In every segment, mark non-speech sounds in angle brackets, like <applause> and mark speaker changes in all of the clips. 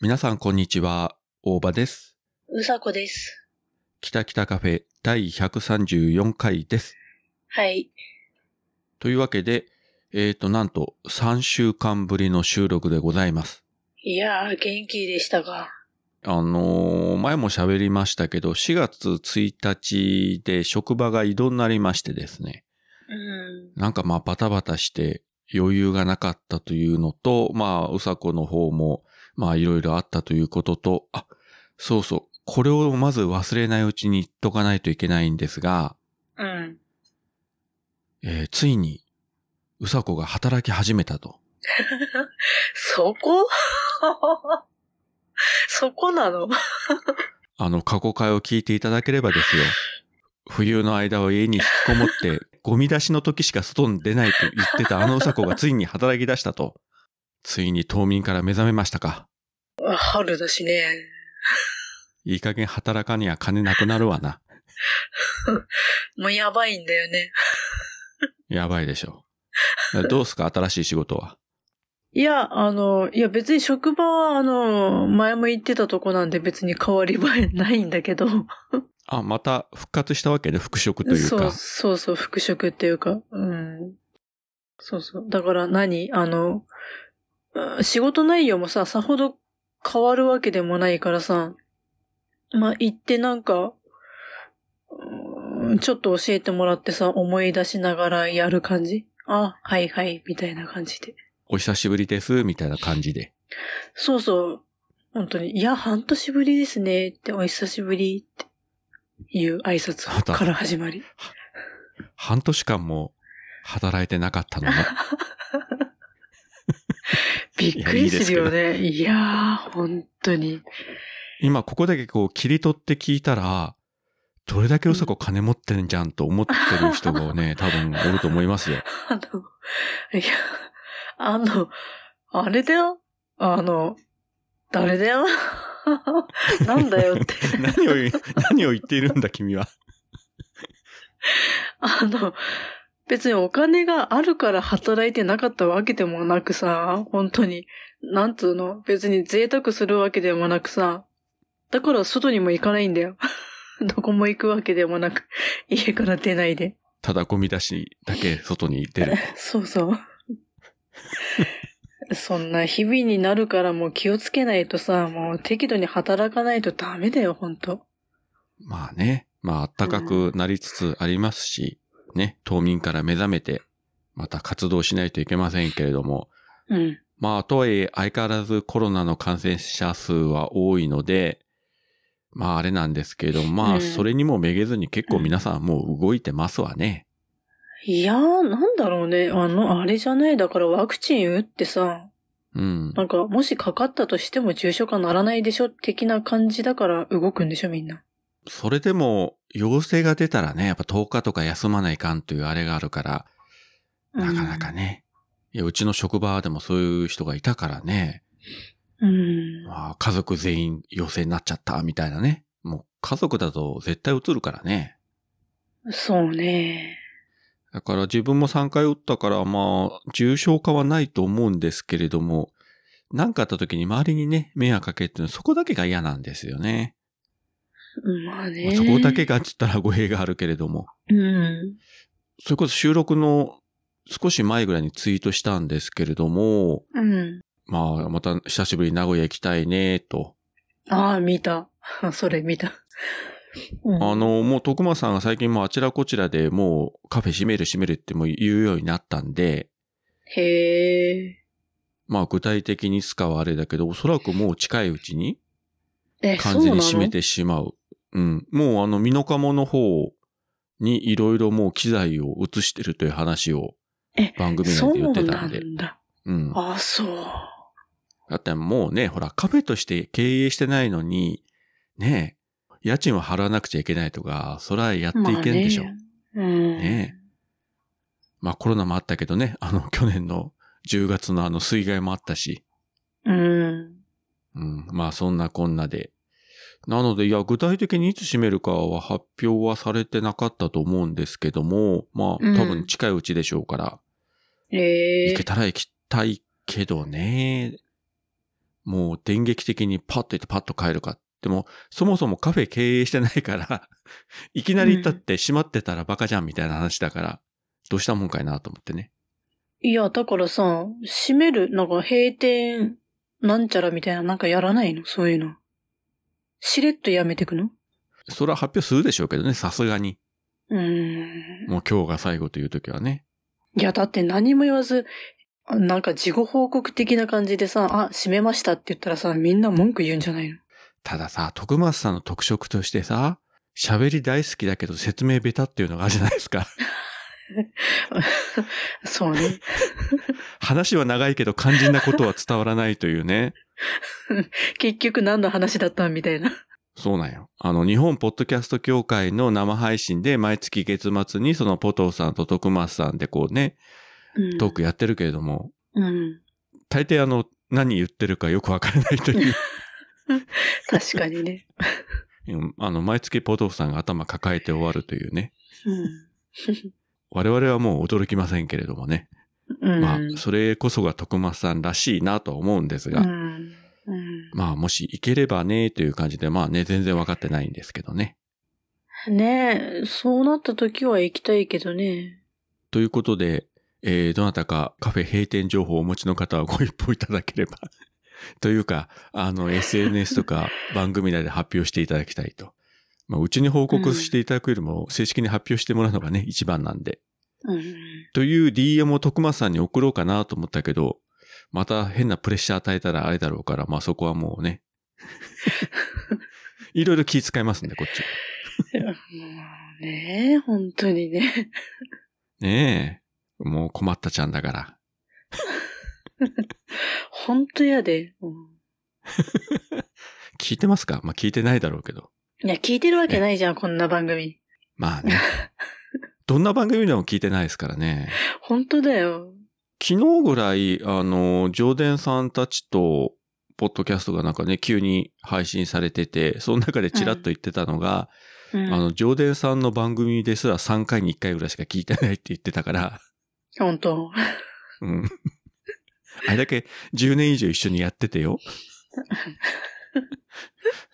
Speaker 1: 皆さん、こんにちは。大場です。
Speaker 2: うさこです。
Speaker 1: 北北カフェ第134回です。
Speaker 2: はい。
Speaker 1: というわけで、えーと、なんと3週間ぶりの収録でございます。
Speaker 2: いやー、元気でしたが。
Speaker 1: あのー前も喋りましたけど、4月1日で職場が異動になりましてですね。
Speaker 2: うん。
Speaker 1: なんかまあバタバタして余裕がなかったというのと、まあうさこの方もまあいろいろあったということと、あ、そうそう、これをまず忘れないうちに言っとかないといけないんですが、
Speaker 2: うん。
Speaker 1: えーついにうさこが働き始めたと。
Speaker 2: そこ <laughs> そこなの
Speaker 1: あの過去回を聞いていただければですよ。冬の間は家に引きこもって、ゴミ出しの時しか外に出ないと言ってたあのうさこがついに働き出したと。ついに冬眠から目覚めましたか。
Speaker 2: 春だしね。
Speaker 1: いい加減働かには金なくなるわな。
Speaker 2: もうやばいんだよね。
Speaker 1: やばいでしょ。どうすか新しい仕事は。
Speaker 2: いや、あの、いや別に職場は、あの、前も言ってたとこなんで別に変わり映えないんだけど。
Speaker 1: あ、また復活したわけね、復職という
Speaker 2: そう
Speaker 1: か。
Speaker 2: そうそう、復職っていうか。うん。そうそう。だから何あの、うん仕事内容もさ、さほど変わるわけでもないからさ、まあ、行ってなんか、うんちょっと教えてもらってさ、思い出しながらやる感じあ、はいはい、みたいな感じで。
Speaker 1: お久しぶりです、みたいな感じで。
Speaker 2: そうそう。本当に、いや、半年ぶりですね、って、お久しぶりっていう挨拶から始まり。
Speaker 1: 半年間も働いてなかったのね。
Speaker 2: びっくりするよね。いやー、本当に。
Speaker 1: 今ここだけこう切り取って聞いたら、どれだけうさこ金持ってんじゃんと思ってる人が
Speaker 2: <laughs>
Speaker 1: ね、多分おると思いますよ。
Speaker 2: あの、いや、 <laughs> あの、あれだよ。あの、誰だよ。 <laughs> なんだよって。
Speaker 1: <laughs> 何を言う、何を言っているんだ君は。
Speaker 2: あの、別にお金があるから働いてなかったわけでもなくさ、本当に、なんつうの、別に贅沢するわけでもなくさ、だから外にも行かないんだよ。 <laughs> どこも行くわけでもなく、家から出ないで。
Speaker 1: ただゴミ出しだけ外に出
Speaker 2: <laughs>
Speaker 1: る。
Speaker 2: そうそう。そんな日々になるからもう気をつけないとさ、もう適度に働かないとダメだよ、ほんと。
Speaker 1: まあね、まあ暖かくなりつつありますし、ね、冬眠から目覚めて、また活動しないといけませんけれども、
Speaker 2: うん。
Speaker 1: まあとはいえ相変わらずコロナの感染者数は多いので、まああれなんですけれども、ま
Speaker 2: う
Speaker 1: あ
Speaker 2: ん
Speaker 1: それにもめげずに結構皆さんもう動いてますわね。
Speaker 2: いやー、なんだろうね。あの、あれじゃない。だからワクチン打ってさ、
Speaker 1: うん。
Speaker 2: なんか、もしかかったとしても重症化ならないでしょ的な感じだから動くんでしょ、みんな。
Speaker 1: それでも陽性が出たらね、やっぱ10日とか休まないかんというあれがあるから、なかなかね。いや、うちの職場でもそういう人がいたからね。
Speaker 2: うん。
Speaker 1: まあ、家族全員陽性になっちゃった、みたいなね。もう家族だと絶対移るからね。
Speaker 2: うん。そうね。
Speaker 1: だから自分も3回打ったから、まあ、重症化はないと思うんですけれども、何かあった時に周りにね、迷惑かけるっていうのはそこだけが嫌なんですよね。
Speaker 2: まあ
Speaker 1: まあ
Speaker 2: ね。
Speaker 1: そこだけがっつったら語弊があるけれども。
Speaker 2: うん。
Speaker 1: それこそ収録の少し前ぐらいにツイートしたんですけれども、
Speaker 2: うん。
Speaker 1: まあ、また久しぶりに名古屋行きたいね、と。
Speaker 2: ああ、見た。 <laughs> それ見た。うん
Speaker 1: あの、もう徳間さんが最近もうあちらこちらでもうカフェ閉める閉めるってもう言うようになったんで、
Speaker 2: へえ。
Speaker 1: まあ具体的にすかはあれだけど、おそらくもう近いうちに
Speaker 2: え、
Speaker 1: 完全に閉めてしまう。うん。もうあの、ミノカモの方にいろいろもう機材を移してるという話を
Speaker 2: え
Speaker 1: 番組
Speaker 2: そ
Speaker 1: 内
Speaker 2: う
Speaker 1: で言
Speaker 2: な
Speaker 1: っ
Speaker 2: んだ。
Speaker 1: てた
Speaker 2: そうなん
Speaker 1: で。
Speaker 2: んだ。
Speaker 1: うん。
Speaker 2: あ、そう。
Speaker 1: だってもうね、ほら、カフェとして経営してないのに、ねえ、家賃は払わなくちゃいけないとか、それはやっていけんでしょ。
Speaker 2: まあねうん。
Speaker 1: ねまあコロナもあったけどね、あの去年の10月のあの水害もあったし、
Speaker 2: うん。
Speaker 1: うん、まあそんなこんなで。なので、いや、具体的にいつ閉めるかは発表はされてなかったと思うんですけども、ま
Speaker 2: う
Speaker 1: あ
Speaker 2: ん
Speaker 1: 多分近いうちでしょうから、
Speaker 2: え
Speaker 1: 行け
Speaker 2: ー、
Speaker 1: たら行きたいけどね。もう電撃的にパッと行ってパッと帰るか。でも、そもそもカフェ経営してないから、 <laughs> いきなり行ったって閉まってたらバカじゃんみたいな話だから、どうしたもんかいなと思ってね。
Speaker 2: いや、だからさ、閉める、なんか閉店、なんちゃらみたいな、なんかやらないのそういうの。しれっとやめてくの
Speaker 1: それは発表するでしょうけどね、さすがに。
Speaker 2: うーん。
Speaker 1: もう今日が最後という時はね。
Speaker 2: いや、だって何も言わず、あなんか事後報告的な感じでさ、あ、閉めましたって言ったらさ、みんな文句言うんじゃないの
Speaker 1: たださ、徳松さんの特色としてさ、喋り大好きだけど説明ベタっていうのがあるじゃないですか。 <laughs>
Speaker 2: そうね。
Speaker 1: 話は長いけど肝心なことは伝わらないというね。
Speaker 2: 結局何の話だったんみたいな。
Speaker 1: そうなんよ。あの、日本ポッドキャスト協会の生配信で毎月月末にそのポトーさんと徳松さんでこうね、
Speaker 2: うん。
Speaker 1: トークやってるけれども、
Speaker 2: うん。
Speaker 1: 大抵あの、何言ってるかよくわからないと
Speaker 2: <laughs>
Speaker 1: いう、
Speaker 2: 確かにね。
Speaker 1: うんあの、毎月ポトーさんが頭抱えて終わるというね。
Speaker 2: うん。
Speaker 1: 我々はもう驚きませんけれどもね。
Speaker 2: うん。
Speaker 1: まあ、それこそが徳松さんらしいなとは思うんですが、
Speaker 2: うん。うん
Speaker 1: まあ、もし行ければね、という感じで、まあね、全然わかってないんですけどね。
Speaker 2: ねえ、そうなった時は行きたいけどね。
Speaker 1: ということで、えーどなたかカフェ閉店情報をお持ちの方はご一報いただければ。 <laughs> というか、あの、SNS とか番組内で発表していただきたいと。まあ、うちに報告していただくよりも、正式に発表してもらうのがね、一番なんで。
Speaker 2: うん。
Speaker 1: という DM を徳松さんに送ろうかなと思ったけど、また変なプレッシャー与えたらあれだろうから、まあそこはもうね。いろいろ気遣いますんで、こっちは。
Speaker 2: もうねえ、本当にね。
Speaker 1: ねえ。もう困ったちゃんだから。
Speaker 2: 本当やで。うん
Speaker 1: 聞いてますかまあ聞いてないだろうけど。
Speaker 2: いや、聞いてるわけないじゃん、こんな番組。
Speaker 1: ま
Speaker 2: <laughs>
Speaker 1: あね。どんな番組でも聞いてないですからね。
Speaker 2: 本当だよ。
Speaker 1: 昨日ぐらい、あの、上田さんたちと、ポッドキャストがなんかね、急に配信されてて、その中でチラッと言ってたのが、
Speaker 2: うん
Speaker 1: あの、上田さんの番組ですら3回に1回ぐらいしか聞いてないって言ってたから、
Speaker 2: 本当。
Speaker 1: うん。 <laughs> あれだけ10年以上一緒にやっててよ。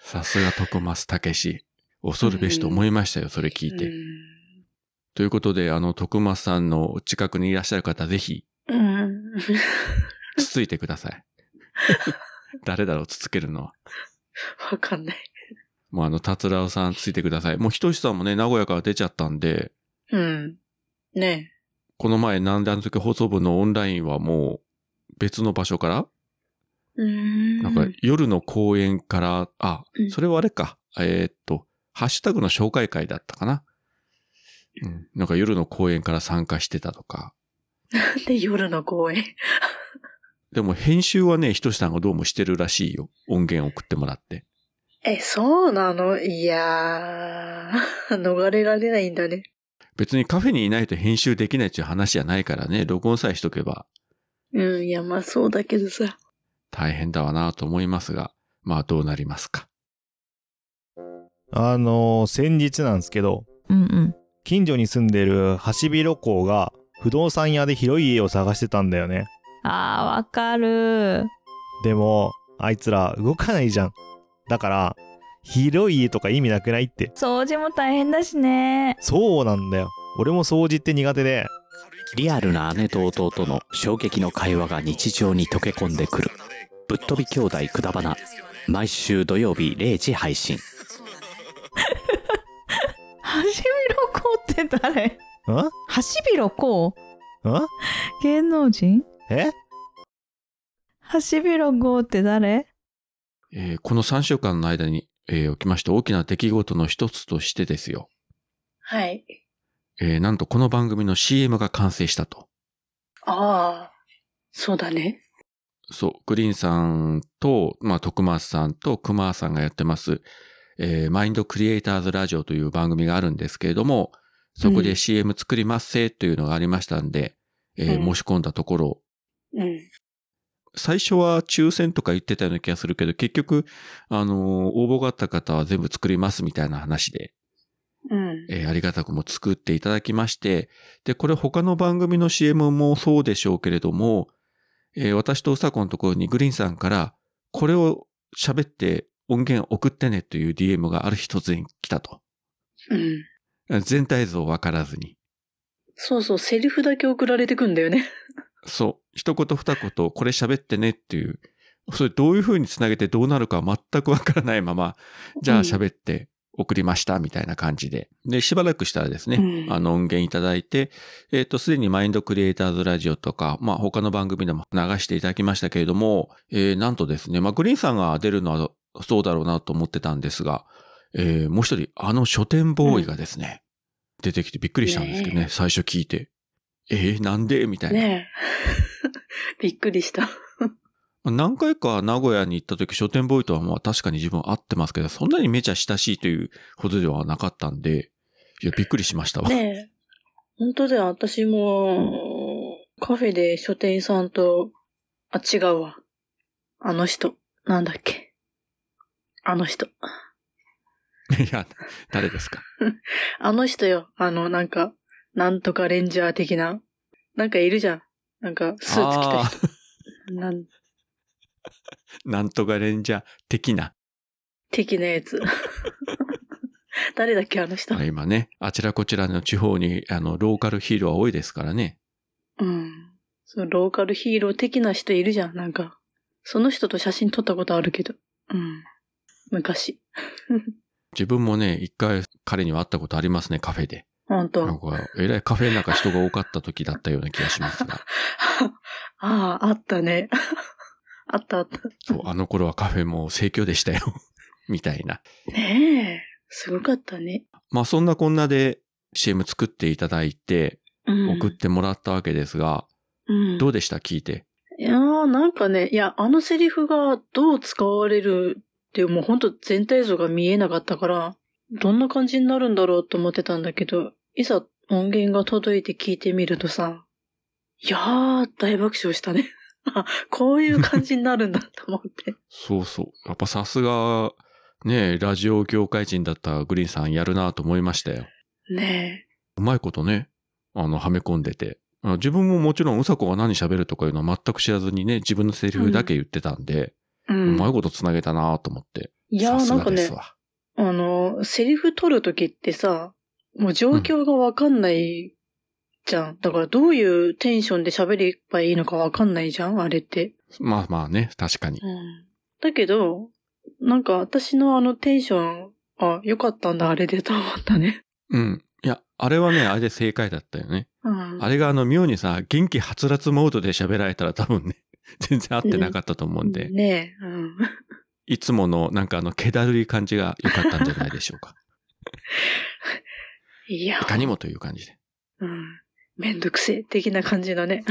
Speaker 1: さすが徳松武史。恐るべしと思いましたよ、それ聞いて。ということで、あの、徳松さんのお近くにいらっしゃる方、ぜひ、
Speaker 2: うん。うん。
Speaker 1: つついてください。誰だろう、つつけるのは。
Speaker 2: わかんない。
Speaker 1: もうあの、達郎さん、ついてください。もう、ひとしさんもね、名古屋から出ちゃったんで、
Speaker 2: うん。ね
Speaker 1: この前、なんであの時放送部のオンラインはもう、別の場所から、
Speaker 2: え。うん。
Speaker 1: なんか、夜の公演から、あ
Speaker 2: う、ん
Speaker 1: それはあれか。えーっと、ハッシュタグの紹介会だったかな。うん。なんか夜の公演から参加してたとか。
Speaker 2: なんで夜の公演。
Speaker 1: でも編集はね、ひとしさんがどうもしてるらしいよ。音源送ってもらって。
Speaker 2: え、そうなのいやー、 <laughs> 逃れられないんだね。
Speaker 1: 別にカフェにいないと編集できないっていう話じゃないからね、録音さえしとけば
Speaker 2: うん、いや、まあそうだけどさ。
Speaker 1: 大変だわなと思いますが、まあどうなりますか。
Speaker 3: あのー先日なんですけど
Speaker 4: うんうん。
Speaker 3: 近所に住んでるハシビロコウが不動産屋で広い家を探してたんだよね
Speaker 4: あー、わかる。
Speaker 3: でもあいつら動かないじゃんだから広い家とか意味なくないって
Speaker 4: 掃除も大変だしね。 <laughs>
Speaker 3: そうなんだよ俺も掃除って苦手で
Speaker 5: リアルな姉と弟の衝撃の会話が日常に溶け込んでくるぶっ飛び兄弟くだばな毎週土曜日0時配信
Speaker 4: ハシビロコウって誰
Speaker 3: んん
Speaker 4: ハシビロコウ芸能人
Speaker 3: え
Speaker 4: ハシビロコウって誰
Speaker 1: えーこの3週間の間に、えー起きました大きな出来事の一つとしてですよ。
Speaker 2: はい。
Speaker 1: えーなんとこの番組の CM が完成したと。
Speaker 2: ああ、そうだね。
Speaker 1: そう、グリーンさんと、まあ、徳松さんと熊さんがやってます、えーマインドクリエイターズラジオという番組があるんですけれども、そこ
Speaker 2: う
Speaker 1: で
Speaker 2: ん
Speaker 1: CM 作りますせというのがありましたんで、えー
Speaker 2: う
Speaker 1: 申
Speaker 2: ん
Speaker 1: し込んだところ、
Speaker 2: うん。
Speaker 1: 最初は抽選とか言ってたような気がするけど、結局、あのー応募があった方は全部作りますみたいな話で、
Speaker 2: うん。
Speaker 1: えーありがたくも作っていただきまして、で、これ他の番組の CM もそうでしょうけれども、えー私とうさこのところにグリーンさんから、これを喋って音源送ってねという DM がある日突然来たと。
Speaker 2: うん。
Speaker 1: 全体像わからずに。
Speaker 2: そうそう、セリフだけ送られてくんだよね。
Speaker 1: そう。一言二言、これ喋ってねっていう。それどういう風につなげてどうなるか全くわからないまま、じゃあ喋って送りましたみたいな感じで。で、しばらくしたらですね、
Speaker 2: うん
Speaker 1: あの音源いただいて、えっ、と、すでにマインドクリエイターズラジオとか、まあ他の番組でも流していただきましたけれども、えーなんとですね、まあグリーンさんが出るのはそうだろうなと思ってたんですが、えーもう一人、あの書店ボーイがですね、出てきてびっくりしたんですけどね、
Speaker 2: ね
Speaker 1: 最初聞いて。えーなんでみたいな。
Speaker 2: ねえ。 <laughs> びっくりした。
Speaker 1: 何回か名古屋に行った時、書店ボーイとはまあ確かに自分会ってますけど、そんなにめちゃ親しいというほどではなかったんで、いや、びっくりしましたわ。
Speaker 2: ねえ。本当だよ、私も、カフェで書店員さんと、あ、違うわ。あの人。なんだっけ。あの人。
Speaker 1: <laughs> いや、誰ですか。
Speaker 2: あの人よ。あの、なんか、なんとかレンジャー的な。なんかいるじゃん。なんか、スーツ着た人。
Speaker 1: 人。
Speaker 2: なん、
Speaker 1: なんとかレンジャー的な。
Speaker 2: 的な
Speaker 1: <laughs>
Speaker 2: やつ。誰だっけ、あの人。
Speaker 1: 今ね、あちらこちらの地方に、あの、ローカルヒーローは多いですからね。
Speaker 2: うん。そのローカルヒーロー的な人いるじゃん、なんか。その人と写真撮ったことあるけど。うん。昔。
Speaker 1: 自分もね、一回彼には会ったことありますね、カフェで。
Speaker 2: 本当
Speaker 1: なんか、えらいカフェなんか人が多かった時だったような気がします
Speaker 2: <laughs>
Speaker 1: が。
Speaker 2: <laughs> ああ、あったね。 <laughs> あったあった。
Speaker 1: そう、あの頃はカフェも盛況でしたよ。 <laughs> みたいな。
Speaker 2: ねえ。すごかったね。
Speaker 1: まあそんなこんなで CM 作っていただいて、
Speaker 2: うん。
Speaker 1: 送ってもらったわけですが、
Speaker 2: うん。
Speaker 1: どうでした聞いて。
Speaker 2: いやーなんかね、いや、あのセリフがどう使われるっていう、もうほんと全体像が見えなかったから、どんな感じになるんだろうと思ってたんだけど、いざ音源が届いて聞いてみるとさ、いやー、大爆笑したね。 <laughs> あ、こういう感じになるんだと思って。 <laughs>
Speaker 1: そうそう。やっぱさすが、ねラジオ業界人だったグリーンさんやるなと思いましたよ。
Speaker 2: ね
Speaker 1: うまいことね、あの、はめ込んでて。あ自分ももちろん、うさこが何喋るとかいうのは全く知らずにね、自分のセリフだけ言ってたんで、
Speaker 2: え。う。
Speaker 1: うんまいことつなげたなと思って。
Speaker 2: いや
Speaker 1: さ
Speaker 2: ー、
Speaker 1: す
Speaker 2: なん
Speaker 1: が
Speaker 2: か
Speaker 1: で
Speaker 2: ね
Speaker 1: す、わ。
Speaker 2: あの、セリフ取るときってさ、もう状況がわかんないじゃん。だからどういうテンションで喋ればいいのかわかんないじゃん、あれって。
Speaker 1: まあまあね、確かに。
Speaker 2: うん。だけど、なんか私のあのテンション、あ、良かったんだ、あれでと思ったね。
Speaker 1: うん。いや、あれはね、あれで正解だったよね。
Speaker 2: うん。
Speaker 1: あれがあの、妙にさ、元気はつらつモードで喋られたら多分ね、 <laughs> 全然合ってなかったと思うんで、
Speaker 2: ねえ、うん。
Speaker 1: いつものなんかあの、気だるい感じが良かったんじゃないでしょ <laughs> うか。
Speaker 2: いや
Speaker 1: い、かにもという感じで。
Speaker 2: うん。めんどくせえ、的な感じだね。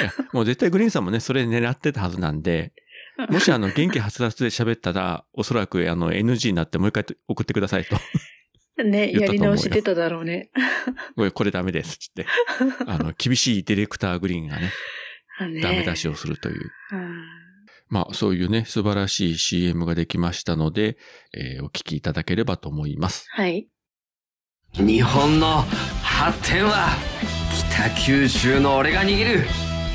Speaker 1: いやもう絶対グリーンさんもね、それ狙ってたはずなんで、もしあの、元気はつらつで喋ったら、おそらくあの、NG になってもう一回送ってくださいと。 <laughs>
Speaker 2: ね、
Speaker 1: 言ったと思うよ
Speaker 2: やり直し出ただろうね。
Speaker 1: これ、これダメです。つって。あの、厳しいディレクターグリーンがね、
Speaker 2: あね
Speaker 1: ダメ出しをするという。
Speaker 2: うん。
Speaker 1: まあ、そういうね、素晴らしい CM ができましたので、えーお聞きいただければと思います。
Speaker 2: はい。
Speaker 6: 日本の発展は北九州の俺が握る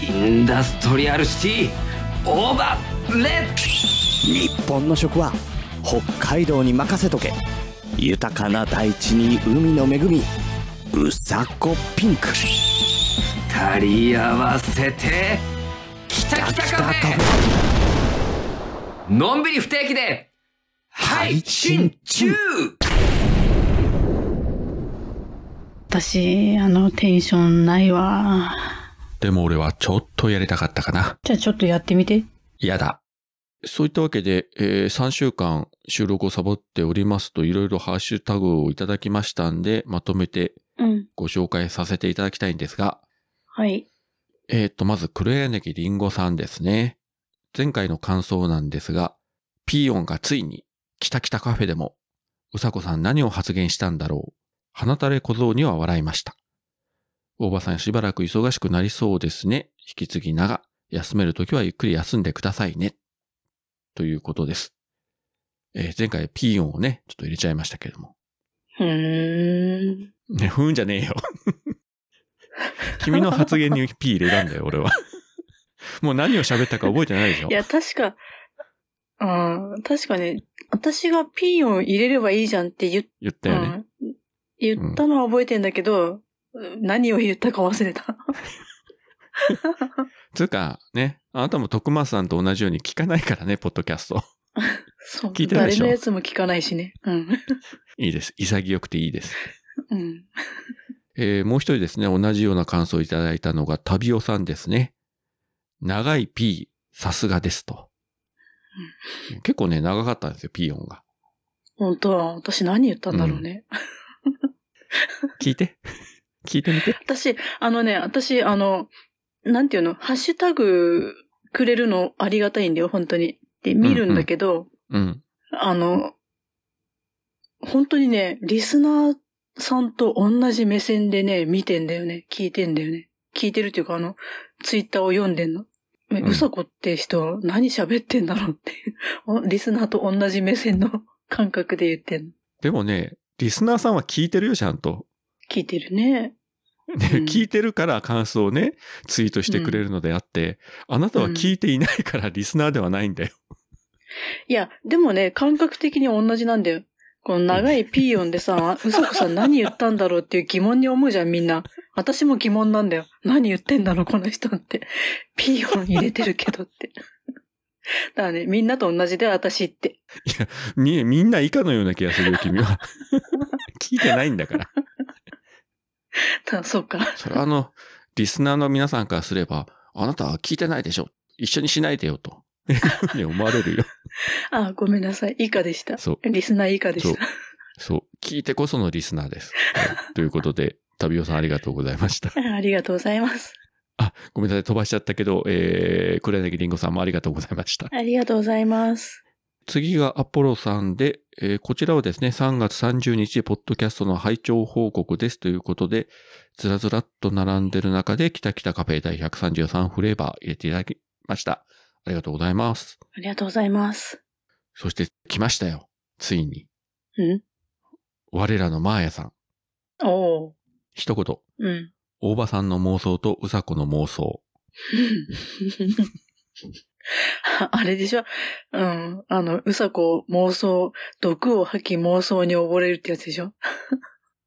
Speaker 6: インダストリアルシティオーバーレッツ
Speaker 5: 日本の食は北海道に任せとけ豊かな大地に海の恵みうさこピンク
Speaker 6: 二人合わせて北北カフェのんびり不定期で配信中
Speaker 2: 私、あの、テンションないわ。
Speaker 1: でも俺はちょっとやりたかったかな。
Speaker 2: じゃあちょっとやってみて。
Speaker 1: 嫌だ。そういったわけで、え3週間収録をサボっておりますといろいろハッシュタグをいただきましたんで、まとめて
Speaker 2: うん。
Speaker 1: ご紹介させていただきたいんですが、
Speaker 2: はい。
Speaker 1: えっ、と、まず黒柳りんごさんですね。前回の感想なんですが、ピーヨンがついに、きたきたカフェでも、うさこさん何を発言したんだろう。花垂れ小僧には笑いました。大場さんしばらく忙しくなりそうですね。引き継ぎ長。休めるときはゆっくり休んでくださいね。ということです。えー前回ピーヨンをね、ちょっと入れちゃいましたけれども。
Speaker 2: うーん。
Speaker 1: ね、ふ
Speaker 2: <laughs> <laughs>
Speaker 1: ーんじゃねえよ。君の発言にピー入れたんだよ、俺は。もう何を喋ったか覚えてないでしょ
Speaker 2: いや、確か、あー確かね、私がピンを入れればいいじゃんって言っ
Speaker 1: 言った
Speaker 2: た、
Speaker 1: よね。
Speaker 2: うん言ったのは覚えてんだけど、何を言ったか忘れた。
Speaker 1: つうか、ね、あなたも徳松さんと同じように聞かないからね、ポッドキャスト。 <laughs>
Speaker 2: そう
Speaker 1: 聞いてないで
Speaker 2: 誰
Speaker 1: しょ
Speaker 2: のやつも聞かないしね。うん。 <laughs>
Speaker 1: いいです。潔くていいです。
Speaker 2: うん。
Speaker 1: えーもう一人ですね、同じような感想をいただいたのが、タビオさんですね。長い P、さすがですと。結構ね、長かったんですよ、P 音が。
Speaker 2: 本当は、私何言ったんだろうね。
Speaker 1: 聞いて。 <laughs> 聞いてみて。
Speaker 2: 私、あのね、私、あの、なんていうの、ハッシュタグくれるのありがたいんだよ、本当に。で、見るんだけど、
Speaker 1: うん。
Speaker 2: あの、本当にね、リスナーさんと同じ目線でね、見てんだよね。聞いてんだよね。聞いてるっていうか、あの、ツイッターを読んでんの。え
Speaker 1: うん
Speaker 2: うさこって人は何喋ってんだろうっていう <laughs> お。リスナーと同じ目線の感覚で言ってんの。
Speaker 1: でもね、リスナーさんは聞いてるよ、ちゃんと。
Speaker 2: 聞いてるね。
Speaker 1: で
Speaker 2: うん
Speaker 1: 聞いてるから感想をね、ツイートしてくれるのであって、あなたは聞いていないからリスナーではないんだよ。
Speaker 2: いや、でもね、感覚的に同じなんだよ。この長いピーヨンで
Speaker 1: <laughs>
Speaker 2: さ、うさこさん何言ったんだろうっていう疑問に思うじゃん、みんな。私も疑問なんだよ。何言ってんだろう、この人って。ピーヨン入れてるけどって。だからね、みんなと同じで私って。
Speaker 1: み、みんな以下のような気がするよ、君は。聞いてないんだから。
Speaker 2: たそうか。
Speaker 1: それはあの、リスナーの皆さんからすれば、あなたは聞いてないでしょ。一緒にしないでよ、と。いうふうに思われるよ。
Speaker 2: あ、ごめんなさい。以下でした。
Speaker 1: そう。
Speaker 2: リスナー以下でした。
Speaker 1: そう。聞いてこそのリスナーです。はいということで、旅オさんありがとうございました。
Speaker 2: ありがとうございます。
Speaker 1: あ、ごめんなさい。飛ばしちゃったけど、えー、黒柳りんごさんもありがとうございました。
Speaker 2: ありがとうございます。
Speaker 1: 次がアポロさんで、えーこちらはですね、3月30日、ポッドキャストの拝聴報告ですということで、ずらずらっと並んでる中で、キタキタカフェ第133フレーバー入れていただきました。ありがとうございます。
Speaker 2: ありがとうございます。
Speaker 1: そして来ましたよ。ついに。
Speaker 2: うん
Speaker 1: 我らのマーヤさん。
Speaker 2: おう。
Speaker 1: 一言。
Speaker 2: うん。
Speaker 1: 大場さんの妄想とうさこの妄想。
Speaker 2: <laughs> あれでしょうん。あの、うさこ妄想、毒を吐き妄想に溺れるってやつでしょ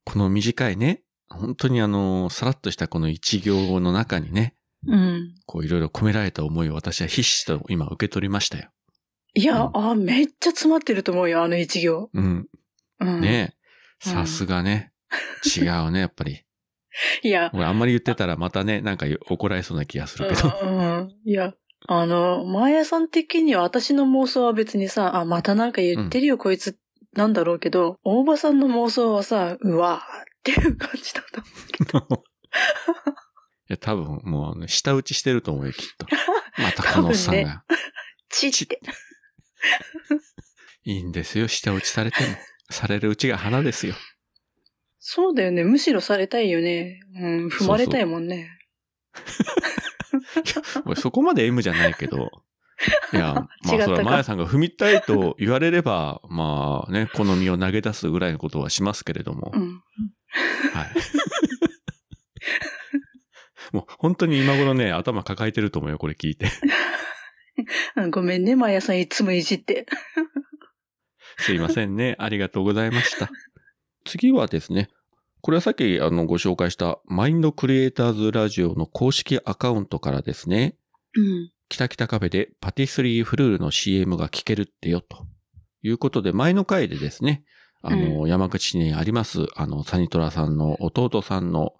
Speaker 1: この短いね、本当にあの、さらっとしたこの一行の中にね、
Speaker 2: うん。
Speaker 1: こういろいろ込められた思いを私は必死と今受け取りましたよ。
Speaker 2: いや、
Speaker 1: うん
Speaker 2: あ、めっちゃ詰まってると思うよ、あの一行。
Speaker 1: うん。
Speaker 2: うん。
Speaker 1: ねえ。
Speaker 2: うん
Speaker 1: さすがね。違うね、やっぱり。
Speaker 2: いや、
Speaker 1: 俺あんまり言ってたらまたね、なんか怒られそうな気がするけど。
Speaker 2: うん、うんいや、あの、マーヤさん的には私の妄想は別にさ、あ、またなんか言ってるよ、こいつ、なんだろうけど、大場さんの妄想はさ、うわーっていう感じ
Speaker 1: <laughs>
Speaker 2: だった。
Speaker 1: いや、多分もう、舌打ちしてると思うよ、きっと。またこのおっさん
Speaker 2: 多分
Speaker 1: が。
Speaker 2: チって。
Speaker 1: いいんですよ、舌打ちされても。されるうちが花ですよ。
Speaker 2: そうだよね、むしろされたいよね。うん、踏まれたいもんね。
Speaker 1: 俺そこまで M じゃないけど。い
Speaker 2: <laughs>
Speaker 1: や、ま
Speaker 2: 違
Speaker 1: あそ
Speaker 2: ったか
Speaker 1: れはマヤさんが踏みたいと言われれば、まあね、好みを投げ出すぐらいのことはしますけれども。
Speaker 2: うん。
Speaker 1: はい。 <laughs> もう本当に今頃ね、頭抱えてると思うよ、これ聞いて。 <laughs>
Speaker 2: うんごめんね、マーヤさんいつもいじって。
Speaker 1: すいませんね。ありがとうございました。次はですね、これはさっきあのご紹介したマインドクリエイターズラジオの公式アカウントからですね、
Speaker 2: うん。
Speaker 1: キタキタカフェでパティスリーフルールの CM が聞けるってよ、ということで、前の回でですね、あの、山口市にあります、あの、サニトラさんの弟さんの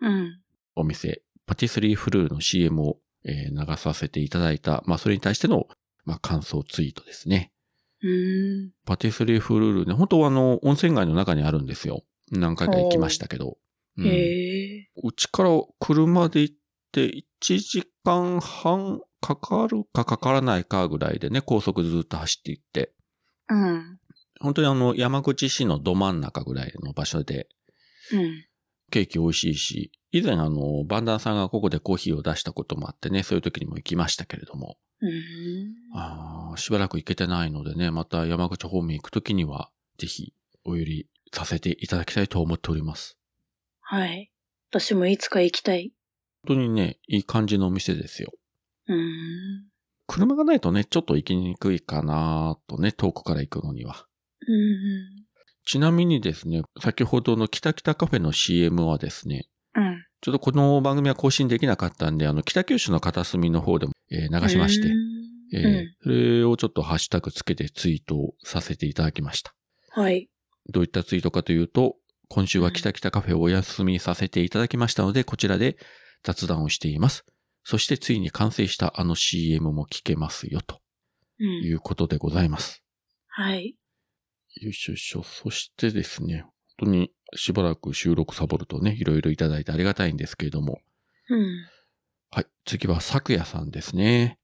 Speaker 2: うん。
Speaker 1: お店、パティスリーフルールの CM を、えー流させていただいた、まあ、それに対しての、まあ、感想ツイートですね。
Speaker 2: うーん。
Speaker 1: パティスリーフルールね、本当はあの、温泉街の中にあるんですよ。何回か行きましたけど。うん
Speaker 2: へえ。
Speaker 1: うちから車で行って1時間半かかるかかからないかぐらいでね、高速ずっと走って行って、
Speaker 2: うん。
Speaker 1: 本当にあの、山口市のど真ん中ぐらいの場所で、
Speaker 2: うん。
Speaker 1: ケーキ美味しいし、以前あの、バンダンさんがここでコーヒーを出したこともあってね、そういう時にも行きましたけれども、
Speaker 2: うん。
Speaker 1: あーしばらく行けてないのでね、また山口方面行く時には、ぜひお寄りさせていただきたいと思っております。
Speaker 2: はい。私もいつか行きたい。
Speaker 1: 本当にね、いい感じのお店ですよ。
Speaker 2: うん。
Speaker 1: 車がないとね、ちょっと行きにくいかなとね、遠くから行くのには。
Speaker 2: うん。
Speaker 1: ちなみにですね、先ほどのキタキタカフェの CM はですね、
Speaker 2: うん。
Speaker 1: ちょっとこの番組は更新できなかったんで、あの、北九州の片隅の方でも、えー流しまして、
Speaker 2: う
Speaker 1: え
Speaker 2: ん
Speaker 1: ーそれをちょっとハッシュタグつけてツイートをさせていただきました。
Speaker 2: うん。はい。
Speaker 1: どういったツイートかというと、今週はキタキタカフェをお休みさせていただきましたので、こちらで雑談をしています。そしてついに完成したあの CM も聞けますよ、と
Speaker 2: う
Speaker 1: い
Speaker 2: ん。
Speaker 1: うことでございます。
Speaker 2: はい。
Speaker 1: よいしょよいしょ。そしてですね、本当にしばらく収録サボるとね、いろいろいただいてありがたいんですけれども。
Speaker 2: うん。
Speaker 1: はい。次は、咲夜さんですね。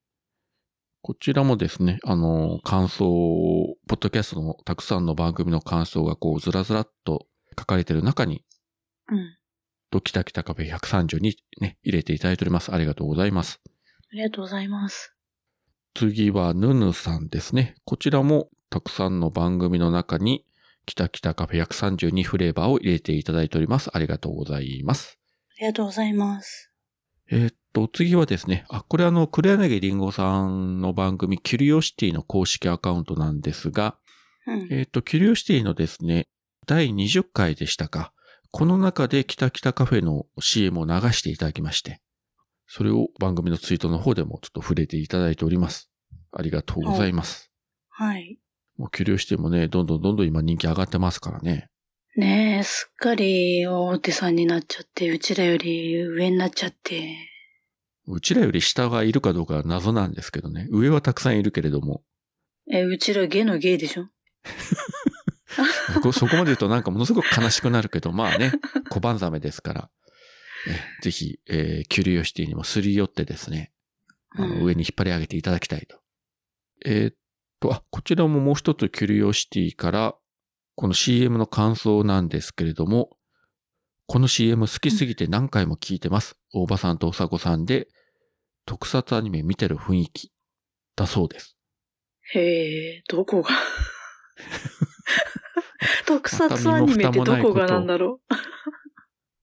Speaker 1: こちらもですね、あの、感想を、ポッドキャストのたくさんの番組の感想がこう、ずらずらっと書かれている中に、
Speaker 2: うん。
Speaker 1: ドキタキタカフェ130にね、入れていただいております。ありがとうございます。
Speaker 2: ありがとうございます。
Speaker 1: 次は、ヌヌさんですね。こちらも、たくさんの番組の中に、キタキタカフェ132フレーバーを入れていただいております。ありがとうございます。
Speaker 2: ありがとうございます。
Speaker 1: えーっと、次はですね、あ、これあの、黒柳りんごさんの番組、キュリオシティの公式アカウントなんですが、
Speaker 2: うん。
Speaker 1: えーっと、キュリオシティのですね、第20回でしたか。この中で、キタキタカフェの CM を流していただきまして、それを番組のツイートの方でもちょっと触れていただいております。ありがとうございます。
Speaker 2: はい。
Speaker 1: もう、キュリオシティもね、どんどんどんどん今人気上がってますからね。
Speaker 2: ねえ、すっかり大手さんになっちゃって、うちらより上になっちゃって。
Speaker 1: うちらより下がいるかどうかは謎なんですけどね。上はたくさんいるけれども、
Speaker 2: え、うちらゲのゲイでしょ
Speaker 1: そこそ <laughs> こまで言うとなんかものすごく悲しくなるけど、まあ
Speaker 2: <laughs>
Speaker 1: ね、小判ザメですから。えぜひ、えーキュリオシティにもすり寄ってですね、あ
Speaker 2: うん
Speaker 1: の上に引っ張り上げていただきたいと。えーっと、あ、こちらももう一つキュリオシティから、この CM の感想なんですけれども、この CM 好きすぎて何回も聞いてます。大場さんとおさこさんで、特撮アニメ見てる雰囲気だそうです。
Speaker 2: へえ、ど <laughs> こが特撮アニメってどこがなんだろう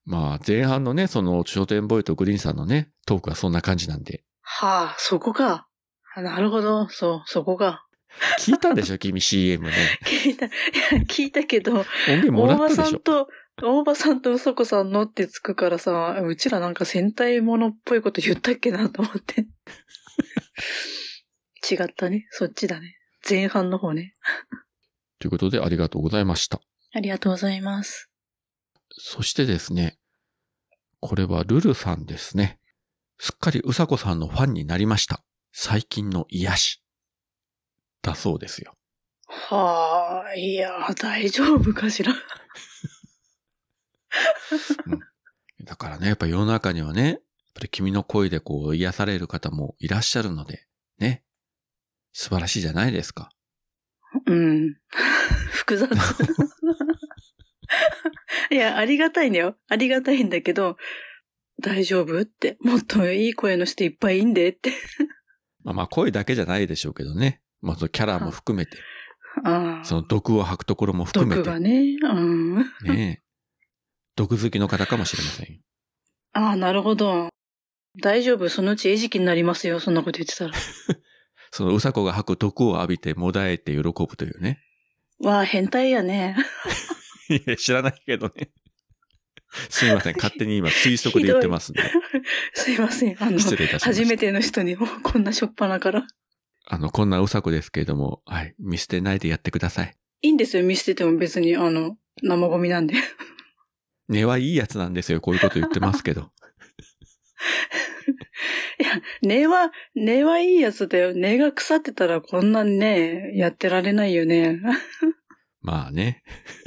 Speaker 1: まあ、前半のね、その、商店ボーイとグリーンさんのね、トークはそんな感じなんで。
Speaker 2: はあ、そこか。あなるほど。そう、そこか。
Speaker 1: 聞いたでしょ、君 CM ね。
Speaker 2: 聞いた、い <laughs> や、聞いたけど、
Speaker 1: 音源もら
Speaker 2: 大場
Speaker 1: った
Speaker 2: さ
Speaker 1: でし
Speaker 2: ん
Speaker 1: ょ。
Speaker 2: と、大場さんとうさこさんのってつくからさ、うちらなんか戦隊ものっぽいこと言ったっけなと思 <laughs> って。違ったね。そっちだね。前半の方ね。
Speaker 1: ということで、ありがとうございました。
Speaker 2: ありがとうございます。
Speaker 1: そしてですね、これはルルさんですね。すっかりうさこさんのファンになりました。最近の癒し。だそうですよ。
Speaker 2: はあ、いや、大丈夫かしら。
Speaker 1: <laughs> だからね、やっぱ世の中にはね、やっぱり君の声でこう癒される方もいらっしゃるので、ね。素晴らしいじゃないですか。
Speaker 2: うん。 <laughs> 複雑。いや、ありがたいんだよ。ありがたいんだけど、大丈夫って。もっといい声の人いっぱいいんでって。
Speaker 1: まあまあ声だけじゃないでしょうけどね。まあそのキャラも含めて、
Speaker 2: あ
Speaker 1: そ
Speaker 2: あ。
Speaker 1: の毒を吐くところも含め
Speaker 2: 毒
Speaker 1: て、
Speaker 2: がね。うん。
Speaker 1: ねえ。毒好きの方かもしれませんよ。
Speaker 2: ああ、なるほど。大丈夫。そのうち餌食になりますよ。そんなこと言ってたら。
Speaker 1: そのうさこが吐く毒を浴びてもだえて喜ぶというね。
Speaker 2: わあ、変態やね。 <laughs>
Speaker 1: いや、知らないけどね。すみません。勝手に今推測で言って <laughs> ますんで。
Speaker 2: すいません。あの、
Speaker 1: 失礼いたしました。
Speaker 2: 初めての人に、もうこんなしょっぱなから。
Speaker 1: あの、こんなうさこですけれども、はい。見捨てないでやってください。
Speaker 2: いいんですよ。見捨てても別に、あの、生ゴミなんで。
Speaker 1: 根はいいやつなんですよ。こういうこと言ってますけど。 <laughs>
Speaker 2: いや、根は、根はいいやつだよ。根が腐ってたらこんなにね、やってられない
Speaker 1: <laughs>
Speaker 2: よね。
Speaker 1: まあね。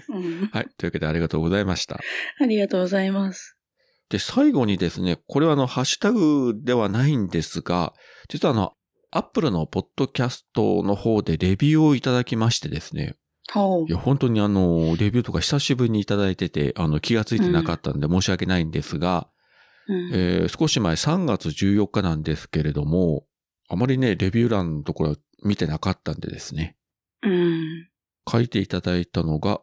Speaker 2: うん。
Speaker 1: はい。というわけでありがとうございました。
Speaker 2: ありがとうございます。
Speaker 1: で、最後にですね、これはあの、ハッシュタグではないんですが、実はあの、アップルのポッドキャストの方でレビューをいただきましてですね、
Speaker 2: ほう
Speaker 1: い。や、本当にあの、レビューとか久しぶりにいただいてて、あの、気がついてなかったんで申し訳ないんですが、
Speaker 2: うん
Speaker 1: えー少し前3月14日なんですけれども、あまりね、レビュー欄のところは見てなかったんでですね、
Speaker 2: うん。
Speaker 1: 書いていただいたのが、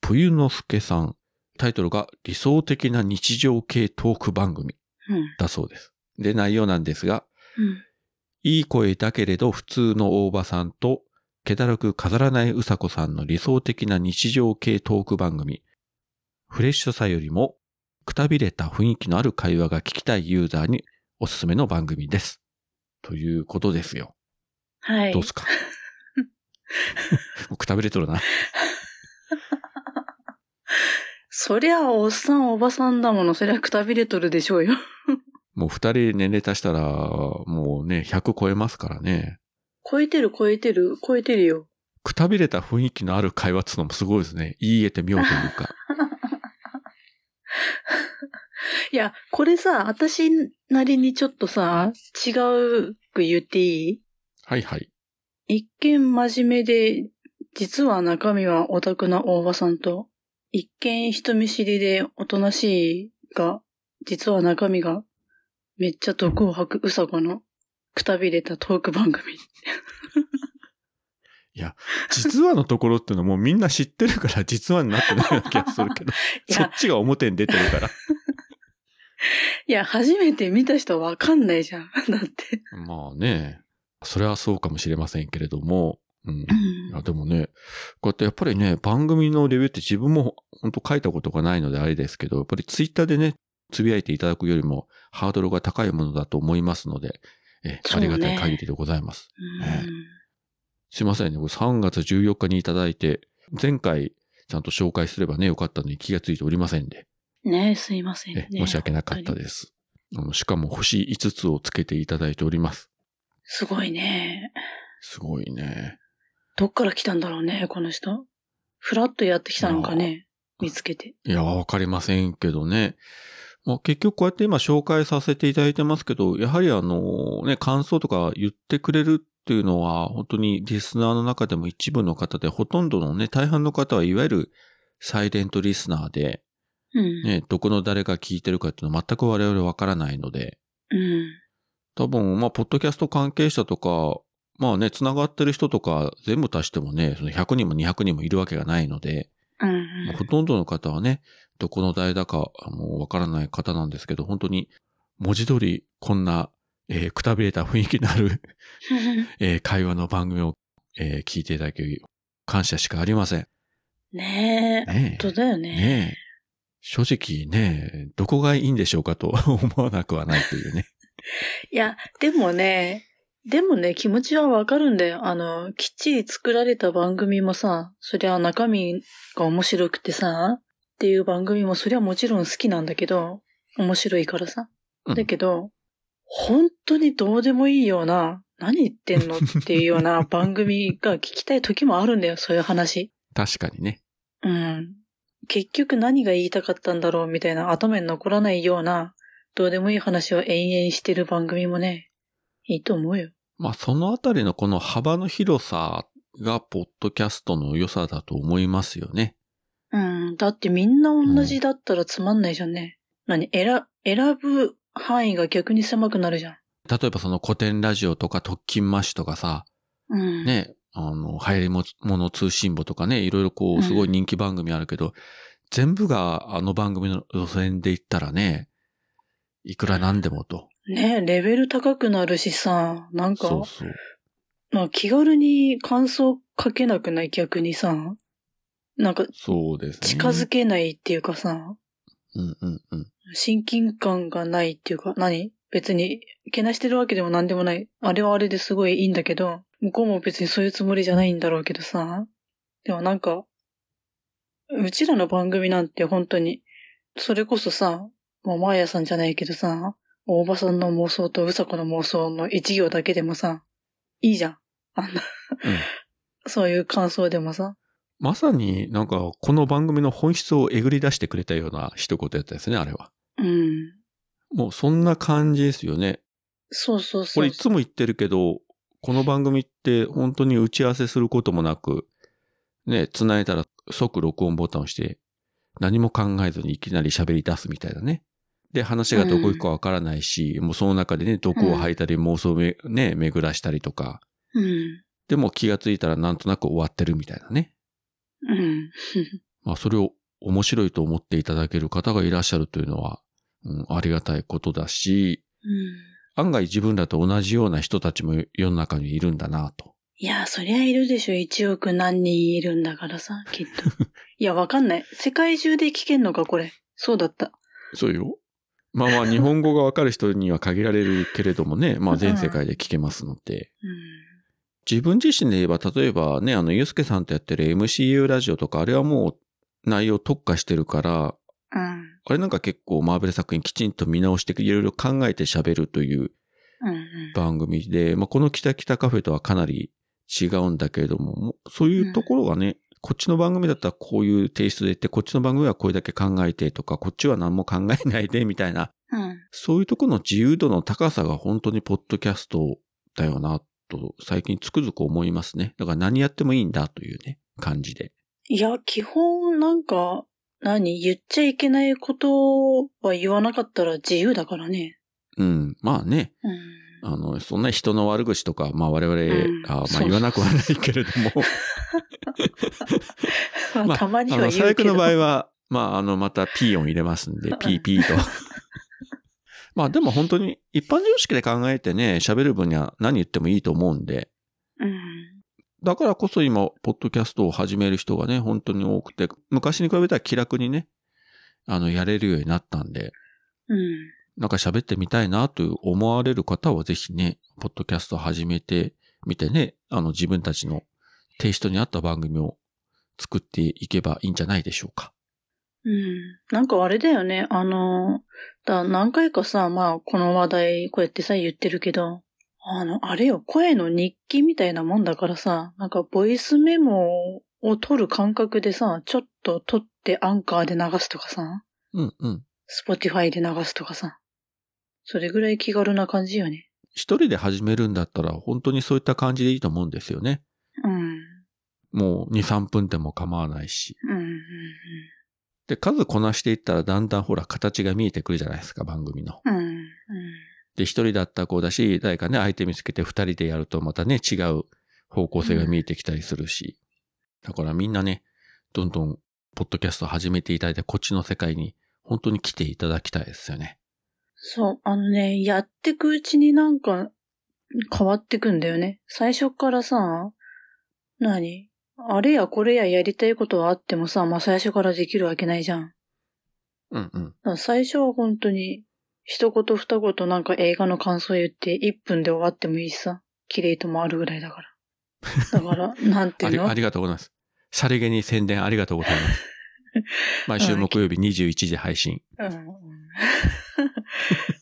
Speaker 1: ぷゆのすけさん。タイトルが理想的な日常系トーク番組
Speaker 2: うん。
Speaker 1: だそうです。で、内容なんですが、
Speaker 2: うん。
Speaker 1: いい声だけれど普通の大場さんと、気だるく飾らないうさこさんの理想的な日常系トーク番組、フレッシュさよりも、くたびれた雰囲気のある会話が聞きたいユーザーにおすすめの番組です。ということですよ。
Speaker 2: はい
Speaker 1: どう。す
Speaker 2: <laughs>
Speaker 1: かもうくたびれとるな。
Speaker 2: そりゃ、おっさん、おばさんだもの。そりゃ、くたびれとるでしょうよ。 <laughs>
Speaker 1: もう二人年齢足したら、もうね、100超えますからね。
Speaker 2: 超えてる、超えてる、超えてるよ。
Speaker 1: くたびれた雰囲気のある会話っつうのもすごいですね。言い得て妙という
Speaker 2: <laughs>
Speaker 1: か。
Speaker 2: いや、これさ、私なりにちょっとさ、違うく言っていい
Speaker 1: はいはい。
Speaker 2: 一見真面目で、実は中身はオタクな大場さんと、一見人見知りでおとなしいが、実は中身がめっちゃ毒を吐くうさこのくたびれたトーク番 <laughs> 組。
Speaker 1: 実はのところっていうのはもうみんな知ってるから実話になってないような気がするけど、
Speaker 2: い
Speaker 1: そっ
Speaker 2: や、
Speaker 1: ちが表に出てるから。
Speaker 2: いや、初めて見た人わかんないじゃん。 <laughs> だって。
Speaker 1: まあね、それはそうかもしれませんけれども、うん。いや、でもね、こうやってやっぱりね、番組のレビューって自分も本当書いたことがないのであれですけど、やっぱりツイッターでね、つぶやいていただくよりもハードルが高いものだと思いますので、え
Speaker 2: そ
Speaker 1: あ
Speaker 2: うね
Speaker 1: りがたい限りでございます。
Speaker 2: うん
Speaker 1: すいませんね、これ3月14日にいただいて、前回ちゃんと紹介すればね、よかったのに気がついておりませんで、
Speaker 2: ねえ、すいません、
Speaker 1: え
Speaker 2: ね。
Speaker 1: 申し訳なかった
Speaker 2: す。
Speaker 1: です。あのしかも星5つをつけていただいております。
Speaker 2: すごいね。
Speaker 1: すごいね。
Speaker 2: どっから来たんだろうね、この人。フラッとやってきたのかね、見つけて。
Speaker 1: いや、わかりませんけどね。まあ、結局こうやって今紹介させていただいてますけど、やはりあの、ね、感想とか言ってくれるっていうのは、本当にリスナーの中でも一部の方で、ほとんどのね、大半の方はいわゆるサイレントリスナーで、
Speaker 2: うん。
Speaker 1: ね、どこの誰が聞いてるかっていうのは全く我々わからないので、
Speaker 2: うん。
Speaker 1: 多分、まあ、ポッドキャスト関係者とか、まあね、繋がってる人とか全部足してもね、その100人も200人もいるわけがないので、
Speaker 2: うん
Speaker 1: まあほとんどの方はね、どこの代だかあもうわからない方なんですけど、本当に文字通りこんな、えーくたびれた雰囲気のある、
Speaker 2: うん。
Speaker 1: えー会話の番組を、えー聞いていただき、感謝しかありません。
Speaker 2: <laughs> ねえ。
Speaker 1: ね
Speaker 2: 本当だよ
Speaker 1: え。
Speaker 2: ね。
Speaker 1: ねえ。正直ね、どこがいいんでしょうかと思わなくはないというね。
Speaker 2: いや、でもね、でもね、気持ちはわかるんだよ。あの、きっちり作られた番組もさ、そりゃ中身が面白くてさ、っていう番組もそりゃもちろん好きなんだけど、面白いからさ。
Speaker 1: うん
Speaker 2: だけど、本当にどうでもいいような、何言ってんのっていうような番組が聞きたい時もあるんだよ、そういう話。
Speaker 1: 確かにね。
Speaker 2: うん。結局何が言いたかったんだろうみたいな頭に残らないような、どうでもいい話を延々してる番組もね、いいと思うよ。
Speaker 1: まあそのあたりのこの幅の広さが、ポッドキャストの良さだと思いますよね。
Speaker 2: うん。だってみんな同じだったらつまんないじゃんね。何選、選ぶ範囲が逆に狭くなるじゃん。
Speaker 1: 例えばその古典ラジオとか特勤マッシュとかさ、
Speaker 2: うん。。
Speaker 1: ね、あの、流行りもの通信簿とかね、いろいろこ
Speaker 2: うん
Speaker 1: う、すごい人気番組あるけど、全部があの番組の路線で言ったらね、いくらなんでもと。
Speaker 2: ねレベル高くなるしさ、なんか、
Speaker 1: そうそう。
Speaker 2: まあ気軽に感想書けなくない逆にさ、なんか
Speaker 1: そうですね。
Speaker 2: 近づけないっていうかさ、
Speaker 1: うんうんうん。
Speaker 2: 親近感がないっていうか、何別に、けなしてるわけでも何でもない。あれはあれですごいいいんだけど、向こうも別にそういうつもりじゃないんだろうけどさ。でもなんか、うちらの番組なんて本当に、それこそさ、もうマーヤさんじゃないけどさ、大場さんの妄想とうさこの妄想の一行だけでもさ、いいじゃん。あんな、 <laughs> そういう感想でもさ。
Speaker 1: まさになんか、この番組の本質をえぐり出してくれたような一言やったですね、あれは。
Speaker 2: うん。
Speaker 1: もうそんな感じですよね。
Speaker 2: そうそうそ
Speaker 1: こ
Speaker 2: う。
Speaker 1: れいつも言ってるけど、この番組って本当に打ち合わせすることもなく、ね、繋いだら即録音ボタンを押して、何も考えずにいきなり喋り出すみたいなね。で、話がどこ行くかわからないし、もうその中でね、毒を吐いたり妄想をめ、ね、巡らしたりとか、
Speaker 2: うん。
Speaker 1: でも気がついたらなんとなく終わってるみたいなね。
Speaker 2: うん。
Speaker 1: まあ、それを面白いと思っていただける方がいらっしゃるというのは、うん、ありがたいことだし、
Speaker 2: うん。
Speaker 1: 案外自分らと同じような人たちも世の中にいるんだなと。
Speaker 2: いや、そりゃいるでしょ。1億何人いるんだからさ、きっと。
Speaker 1: <laughs>
Speaker 2: いや、わかんない。世界中で聞けんのか、これ。そうだった。
Speaker 1: そうよ。まあまあ、日本語がわかる人には限られるけれどもね、まあ全世界で聞けますので。
Speaker 2: うん。
Speaker 1: 自分自身で言えば、例えばね、あの、ゆうすけさんとやってる MCU ラジオとか、あれはもう内容特化してるから、
Speaker 2: うん。
Speaker 1: あれなんか結構マーベル作品きちんと見直していろいろ考えて喋るという
Speaker 2: うん、うん。
Speaker 1: 番組で、まあ、このキタキタカフェとはかなり違うんだけれども、もうそういうところがね、こっちの番組だったらこういうテイストで言って、こっちの番組はこれだけ考えてとか、こっちは何も考えないでみたいな、
Speaker 2: うん。
Speaker 1: そういうところの自由度の高さが本当にポッドキャストだよな、と最近つくづく思いますね。だから何やってもいいんだというね、感じで。
Speaker 2: いや、基本、なんか、何言っちゃいけないことは言わなかったら自由だからね。
Speaker 1: うん。まあね、
Speaker 2: うん。
Speaker 1: あの、そんな人の悪口とか、まあ我々、
Speaker 2: ん
Speaker 1: あま
Speaker 2: そ
Speaker 1: あ
Speaker 2: う
Speaker 1: 言わなくはないけれども。
Speaker 2: まあ、たまに
Speaker 1: あ
Speaker 2: は
Speaker 1: の
Speaker 2: 言う
Speaker 1: 最
Speaker 2: け
Speaker 1: 悪
Speaker 2: ど。
Speaker 1: の場合は、まあ、あの、またピー音入れますんで、ピーピーと。まあ、でも本当に一般常識で考えてね、喋る分には何言ってもいいと思うんで、
Speaker 2: うん。
Speaker 1: だからこそ今、ポッドキャストを始める人がね、本当に多くて、昔に比べたら気楽にね、あの、やれるようになったんで、
Speaker 2: うん。
Speaker 1: なんか喋ってみたいなと思われる方はぜひね、ポッドキャストを始めてみてね、あの、自分たちのテイストに合った番組を作っていけばいいんじゃないでしょうか。
Speaker 2: うん。なんかあれだよね。あの、だ何回かさ、まあ、この話題、こうやってさ、言ってるけど、あの、あれよ、声の日記みたいなもんだからさ、なんか、ボイスメモを取る感覚でさ、ちょっと取ってアンカーで流すとかさ、
Speaker 1: うんうん。
Speaker 2: スポティファイで流すとかさ、それぐらい気軽な感じよね。
Speaker 1: 一人で始めるんだったら本当にそういった感じでいいと思うんですよね。
Speaker 2: うん。
Speaker 1: もう2、3分でも構わないし。
Speaker 2: うんうん。
Speaker 1: で、数こなしていったらだんだんほら形が見えてくるじゃないですか、番組の。
Speaker 2: うん。うん。
Speaker 1: で、一人だったらこうだし、誰かね、相手見つけて二人でやるとまたね、違う方向性が見えてきたりするし。だからみんなね、どんどんポッドキャストを始めていただいて、こっちの世界に本当に来ていただきたいですよね。
Speaker 2: そう、あのね、やってくうちになんか変わってくんだよね。最初からさ、何あれやこれややりたいことはあってもさ、まあ最初からできるわけないじゃん。だ
Speaker 1: うんうん。
Speaker 2: から最初は本当に、一言二言なんか映画の感想言って1分で終わってもいいしさ、綺麗ともあるぐらいだから。だから、なんて
Speaker 1: あ
Speaker 2: いう
Speaker 1: り
Speaker 2: の
Speaker 1: ありがとうございます。さりげに宣伝ありがとうございます。毎週木曜日21時配信。
Speaker 2: うんうん <laughs>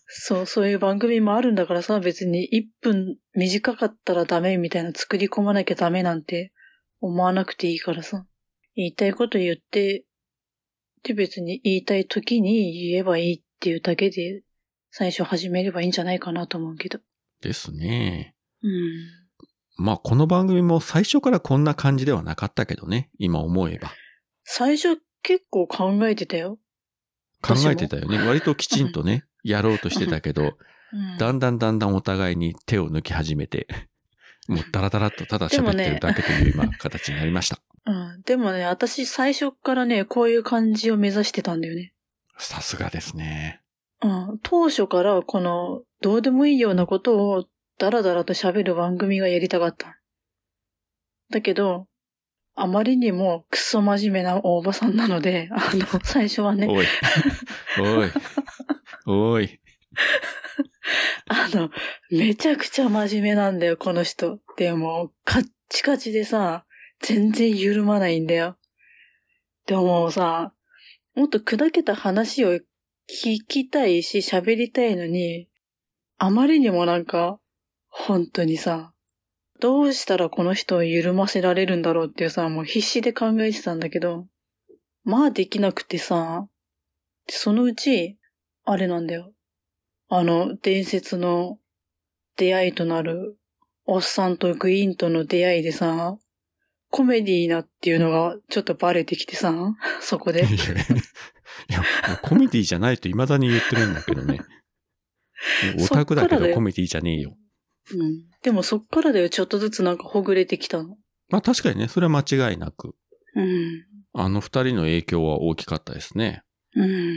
Speaker 2: そう、そういう番組もあるんだからさ、別に1分短かったらダメみたいな作り込まなきゃダメなんて思わなくていいからさ。言いたいこと言って、で別に言いたい時に言えばいいっていうだけで、最初始めればいいんじゃないかなと思うけど。
Speaker 1: ですね。
Speaker 2: うん。
Speaker 1: まあこの番組も最初からこんな感じではなかったけどね、今思えば。
Speaker 2: 最初結構考えてたよ。
Speaker 1: 考
Speaker 2: 私も
Speaker 1: えてたよね。割ときちんとね、やろうとしてたけど、
Speaker 2: うん、
Speaker 1: だんだんだんだんお互いに手を抜き始め
Speaker 2: <laughs>
Speaker 1: て、もうダラダラっとただ喋ってるだけという今形になりました。
Speaker 2: うん。でもね、私最初からね、こういう感じを目指してたんだよね。
Speaker 1: さすがですね。
Speaker 2: うん、当初からこのどうでもいいようなことをダラダラと喋る番組がやりたかった。だけど、あまりにもクソ真面目なおばさんなので、あの、最初はね、
Speaker 1: おい。
Speaker 2: <laughs>
Speaker 1: おい。おい。
Speaker 2: あの、めちゃくちゃ真面目なんだよ、この人。でも、カッチカチでさ、全然緩まないんだよ。でももうさ、もっと砕けた話を聞きたいし喋りたいのに、あまりにもなんか、本当にさ、どうしたらこの人を緩ませられるんだろうっていうさ、もう必死で考えてたんだけど、まあできなくてさ、そのうち、あれなんだよ。あの、伝説の出会いとなる、おっさんとグイーンとの出会いでさ、コメディーなっていうのがちょっとバレてきてさ、そこ
Speaker 1: い
Speaker 2: で
Speaker 1: や、。いやコメディじゃないと未だに言ってるんだけど
Speaker 2: <laughs>
Speaker 1: ね。オタクだけ
Speaker 2: そっからだ
Speaker 1: ど
Speaker 2: よ
Speaker 1: コメディじゃねえよ。
Speaker 2: うん。でもそっからだよ、ちょっとずつなんかほぐれてきたの。
Speaker 1: まあ確かにね、それは間違いなく。
Speaker 2: うん。
Speaker 1: あの二人の影響は大きかったですね。
Speaker 2: うん。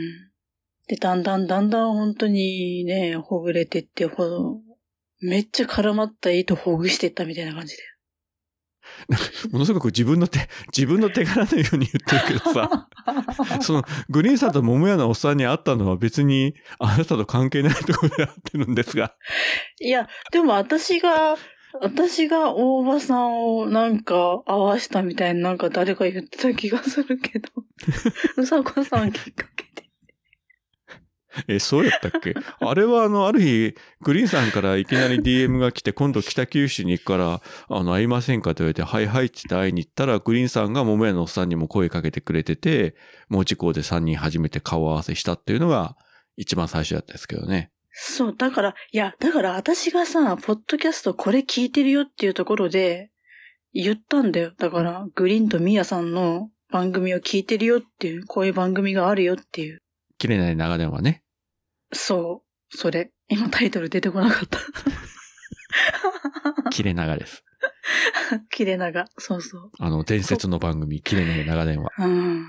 Speaker 2: で、だんだんだんだん本当にね、ほぐれてって、ほど、めっちゃ絡まった糸ほぐしてったみたいな感じで。
Speaker 1: ものすごく自分の手、 <laughs> 自分の手柄のように言ってるけどさ、そのグリーンさんと桃屋のおっさんに会ったのは別にあなたと関係ないところで会ってるんですが、 <laughs>
Speaker 2: いや、でも私が、私が大場さんをなんか合わしたみたいななんか誰か言ってた気がするけ <laughs> ど、うさこさんきっかけで。
Speaker 1: え、そうやったっけあれはあの、ある日、グリーンさんからいきなり DM が来て、今度北九州に行くから、あの、会いませんかと言われて、はいはいって言って会いに行ったら、グリーンさんが桃屋のおっさんにも声かけてくれてて、もう事故で3人初めて顔合わせしたっていうのが、一番最初だったんですけどね。
Speaker 2: そう、だから、いや、だから私がさ、ポッドキャストこれ聞いてるよっていうところで言ったんだよ。だから、グリーンとミヤさんの番組を聞いてるよっていう、こういう番組があるよっていう。
Speaker 1: 切れない長年はね。
Speaker 2: そう、それ。今タイトル出てこなかった。 <laughs>
Speaker 1: 切れ長です。
Speaker 2: 切れ長。そうそう。
Speaker 1: あの、伝説の番組、切れない長年は。
Speaker 2: うん。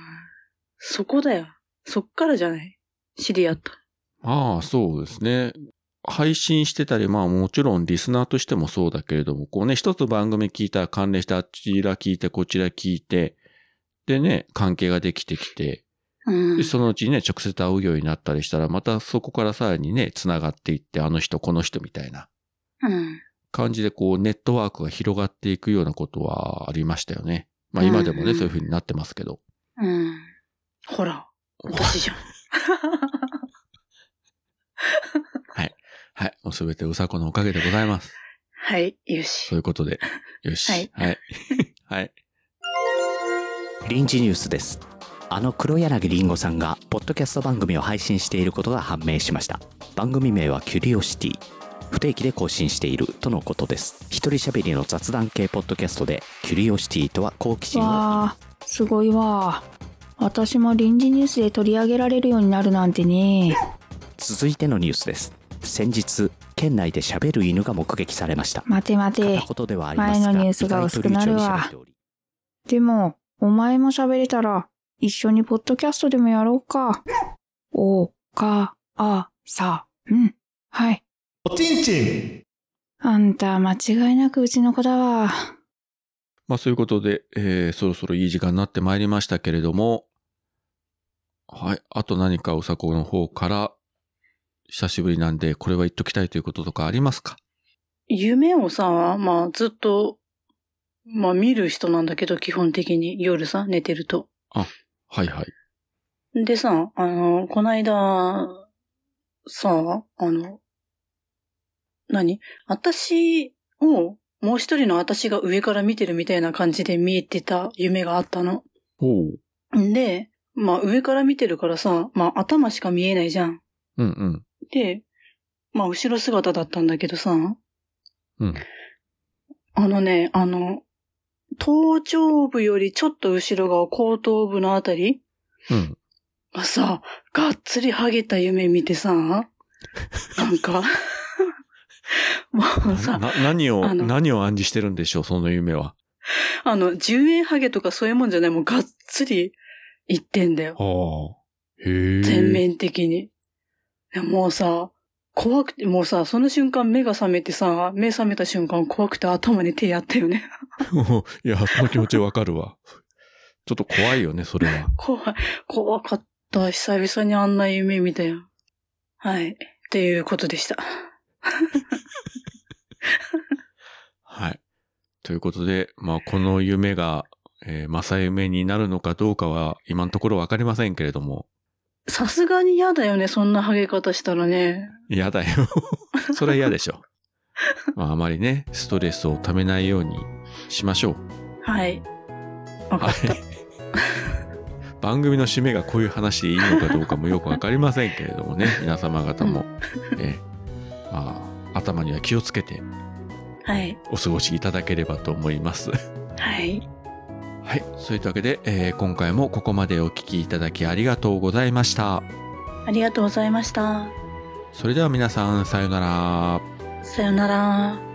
Speaker 2: そこだよ。そっからじゃない。知り合った。
Speaker 1: ああ、そうですね。配信してたり、まあもちろんリスナーとしてもそうだけれども、こうね、一つ番組聞いたら関連してあちら聞いて、こちら聞いて、でね、関係ができてきて、
Speaker 2: うん
Speaker 1: で。そのうちにね、直接会うようになったりしたら、またそこからさらにね、繋がっていって、あの人、この人みたいな
Speaker 2: うん。
Speaker 1: 感じで、こう、ネットワークが広がっていくようなことはありましたよね。まあ今でも
Speaker 2: うん
Speaker 1: ね、
Speaker 2: うん
Speaker 1: そういう風になってますけど。
Speaker 2: うん。ほら、私じゃん。
Speaker 1: はい。もうすべてうさこのおかげでございます。
Speaker 2: はい、よ
Speaker 1: そ
Speaker 2: し
Speaker 1: う。いうこと
Speaker 2: <laughs>
Speaker 1: で。よし。
Speaker 2: はい
Speaker 1: はい。 <laughs> はい。
Speaker 5: 臨時ニュースですあの黒柳りんごさんがポッドキャスト番組を配信していることが判明しました番組名はキュリオシティ不定期で更新しているとのことです一人喋りの雑談系ポッドキャストでキュリオシティとは好奇心を
Speaker 7: わあすごいわ私も臨時ニュースで取り上げられるようになるなんてね
Speaker 5: 続いてのニュースです先日県内で喋る犬が目撃されました
Speaker 7: 待て待て
Speaker 5: 片言ではありますが
Speaker 7: 前のニュースが薄くなるわ
Speaker 5: 意外と流暢に喋っており
Speaker 7: でもお前も喋れたら一緒にポッドキャストでもやろうかおかあさうんはい
Speaker 3: おちんちん
Speaker 7: あんた間違いなくうちの子だわ
Speaker 1: まあそういうことで、えー、そろそろいい時間になってまいりましたけれども、はい。あと何かうさこの方から、久しぶりなんで、これは言っときたいということとかありますか
Speaker 2: 夢をさ、まあずっと、まあ見る人なんだけど、基本的に夜さ、寝てると。
Speaker 1: はいはい。
Speaker 2: でさ、あの、こないだ、さ、あの、何私を、もう一人の私が上から見てるみたいな感じで見えてた夢があったの。
Speaker 1: ほう。
Speaker 2: んで、まあ上から見てるからさ、まあ頭しか見えないじゃん。
Speaker 1: うんうん。
Speaker 2: で、まあ後ろ姿だったんだけどさ、
Speaker 1: うん。
Speaker 2: あのね、あの、頭頂部よりちょっと後ろ側、後頭部のあたり
Speaker 1: うん。
Speaker 2: がさ、がっつりハゲた夢見てさ、な
Speaker 1: <laughs>
Speaker 2: んか、もう
Speaker 1: な
Speaker 2: さ、
Speaker 1: 何を、
Speaker 2: あの
Speaker 1: 何を暗示してるんでしょう、その夢は。
Speaker 2: あの、10円ハゲとかそういうもんじゃない、もうがっつりいってんだよ。
Speaker 1: はあ。へえ。
Speaker 2: 全面的に。でもうさ、怖くて、もうさ、その瞬間目が覚めてさ、目覚めた瞬間怖くて頭に手やったよね。
Speaker 1: <laughs>
Speaker 2: <laughs>
Speaker 1: いや、その気持ちわかるわ。 <laughs> ちょっと怖いよね、それは。
Speaker 2: 怖い、怖かった。久々にあんな夢見たよ。はい。っていうことでした。
Speaker 1: はい。ということで、まあ、この夢が、えー、正夢になるのかどうかは、今のところわかりませんけれども、
Speaker 2: さすがに嫌だよね、そんなハゲ方したらね。
Speaker 1: 嫌だよ。 <laughs> それは嫌でしょ。まあ、あまりね、ストレスをためないようにしましょう。
Speaker 2: はい。わか
Speaker 1: は
Speaker 2: っ
Speaker 1: い
Speaker 2: た。。
Speaker 1: 番組の締めがこういう話でいいのかどうかもよくわかりませんけれどもね、皆様方も、えーまあ、頭には気をつけて
Speaker 2: はい。
Speaker 1: お過ごしいただければと思います。
Speaker 2: はい。
Speaker 1: はい。そういったわけで、えー今回もここまでお聞きいただきありがとうございました。
Speaker 2: ありがとうございました。
Speaker 1: それでは皆さん、さようなら。
Speaker 2: さよなら。